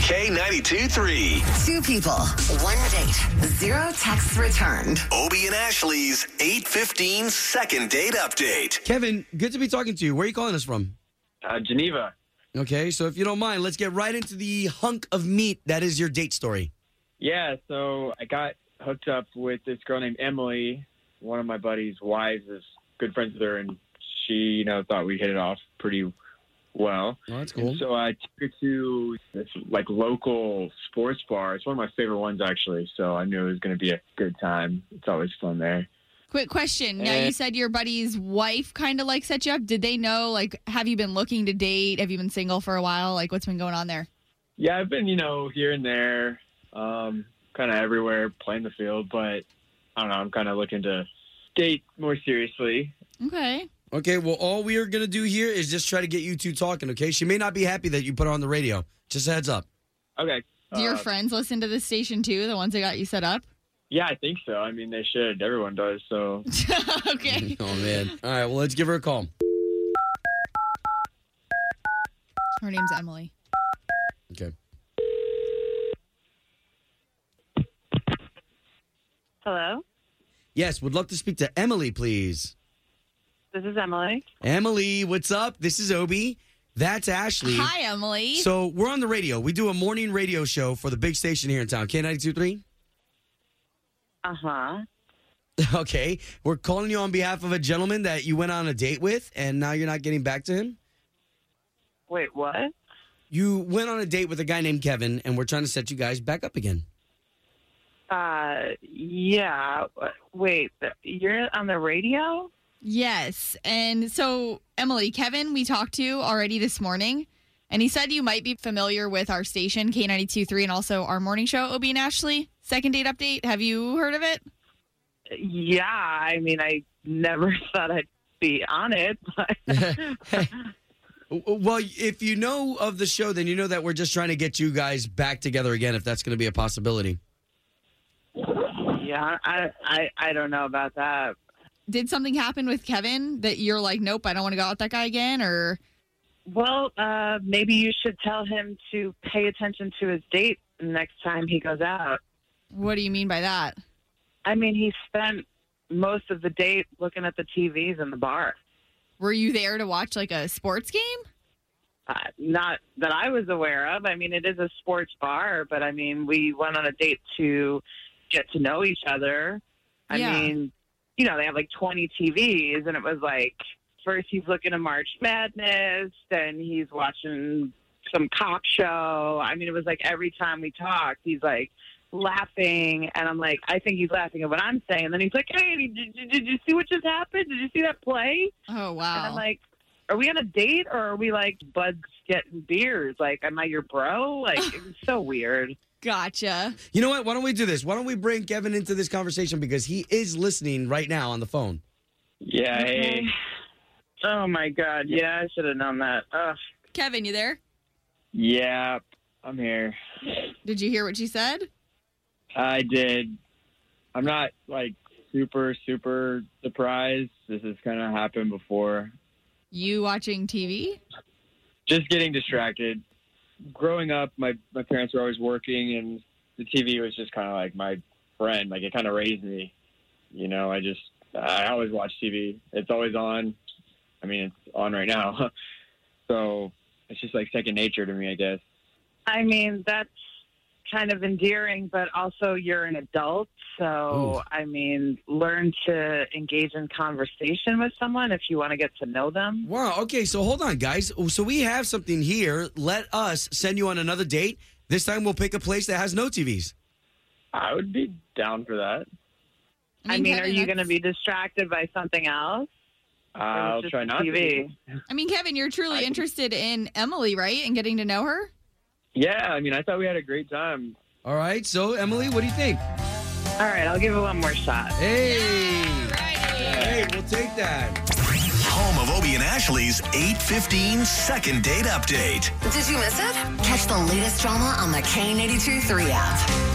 K92 3. Two people, one date, zero texts returned. Obie and Ashley's 815 second date update. Kevin, good to be talking to you. Where are you calling us from? Uh, Geneva. Okay, so if you don't mind, let's get right into the hunk of meat that is your date story. Yeah, so I got hooked up with this girl named Emily. One of my buddy's wives is good friends with her, and she, you know, thought we hit it off pretty well. Oh, that's And so I took her to this like local sports bar. It's one of my favorite ones actually. So I knew it was going to be a good time. It's always fun there. Quick question. Now Eh. you said your buddy's wife kind of like set you up. Did they know? Like, have you been looking to date? Have you been single for a while? Like, what's been going on there? Yeah, I've been, you know, here and there, um, kind of everywhere playing the field, but I don't know. I'm kind of looking to date more seriously. Okay. Okay, well, all we are going to do here is just try to get you two talking, okay? She may not be happy that you put her on the radio. Just a heads up. Okay. Do your uh, friends listen to this station too? The ones that got you set up? Yeah, I think so. I mean, they should. Everyone does. So okay. Oh, man. All right, well, let's give her a call. Her name's Emily. Okay. Hello, Yes, would love to speak to Emily, please. this is Emily. Emily, what's up? This is Obie. That's Ashley. Hi, Emily. So we're on the radio. We do a morning radio show for the big station here in town, K92.3. Uh huh. Okay. We're calling you on behalf of a gentleman that you went on a date with and now you're not getting back to him. Wait, what? You went on a date with a guy named Kevin and we're trying to set you guys back up again. Uh, yeah. w- Wait, th- you're on the radio? yes. And so, Emily, Kevin, we talked to already this morning, and he said you might be familiar with our station, K92.3, and also our morning show, OB and Ashley. Second date update. Have you heard of it? Yeah. I mean, I never thought I'd be on it, but Well, if you know of the show, then you know that we're just trying to get you guys back together again if that's going to be a possibility. yeah, I, I, I don't know about that. did something happen with Kevin that you're like, nope, I don't want to go out with that guy again? Or Well, uh, maybe you should tell him to pay attention to his date next time he goes out. what do you mean by that? I mean, he spent most of the date looking at the TVs in the bar. Were you there to watch like a sports game? Uh, not that I was aware of. I mean, it is a sports bar, but I mean, we went on a date to get to know each other. I Yeah. mean, you know, they have like 20 TVs, and it was like first he's looking at March Madness, then he's watching some cop show. I mean, it was like every time we talked, he's like laughing, and I'm like, I think he's laughing at what I'm saying. And then he's like, Hey, did, did, did you see what just happened? Did you see that play? Oh, And I'm wow. like, are we on a date or are we like buds getting beers? Like, am I your bro? Like, it was so weird. gotcha. You know what? Why don't we do this? Why don't we bring Kevin into this conversation because he is listening right now on the phone. yeah, hey. Oh my God. Yeah, I should have known that. Ugh. Kevin, you there? yeah, I'm here. Did you hear what she said? I did. I'm not like super super surprised. This has kind of happened before. You watching TV? Just getting distracted. Growing up, my my parents were always working, and the TV was just kind of like my friend. Like it kind of raised me. You know, I just I always watch TV. It's always on. I mean, it's on right now. so it's just like second nature to me, I guess. I mean, that's kind of endearing, but also you're an adult. So, I mean, learn to engage in conversation with someone if you want to get to know them. Wow. Okay. So hold on, guys. So we have something here. Let us send you on another date. This time we'll pick a place that has no TVs. I would be down for that. I mean, are Kevin, you that's- going to be distracted by something else? Or was I'll just try the not to. TV? I mean, Kevin, you're truly I- interested in Emily, right? And getting to know her? Yeah, I mean, I thought we had a great time. All right. So Emily, what do you think? All right, I'll give it one more shot. Hey. Right. Hey, we'll take that. Home of Obie and Ashley's 815 second date update. Did you miss it? Catch the latest drama on the K82 3 app.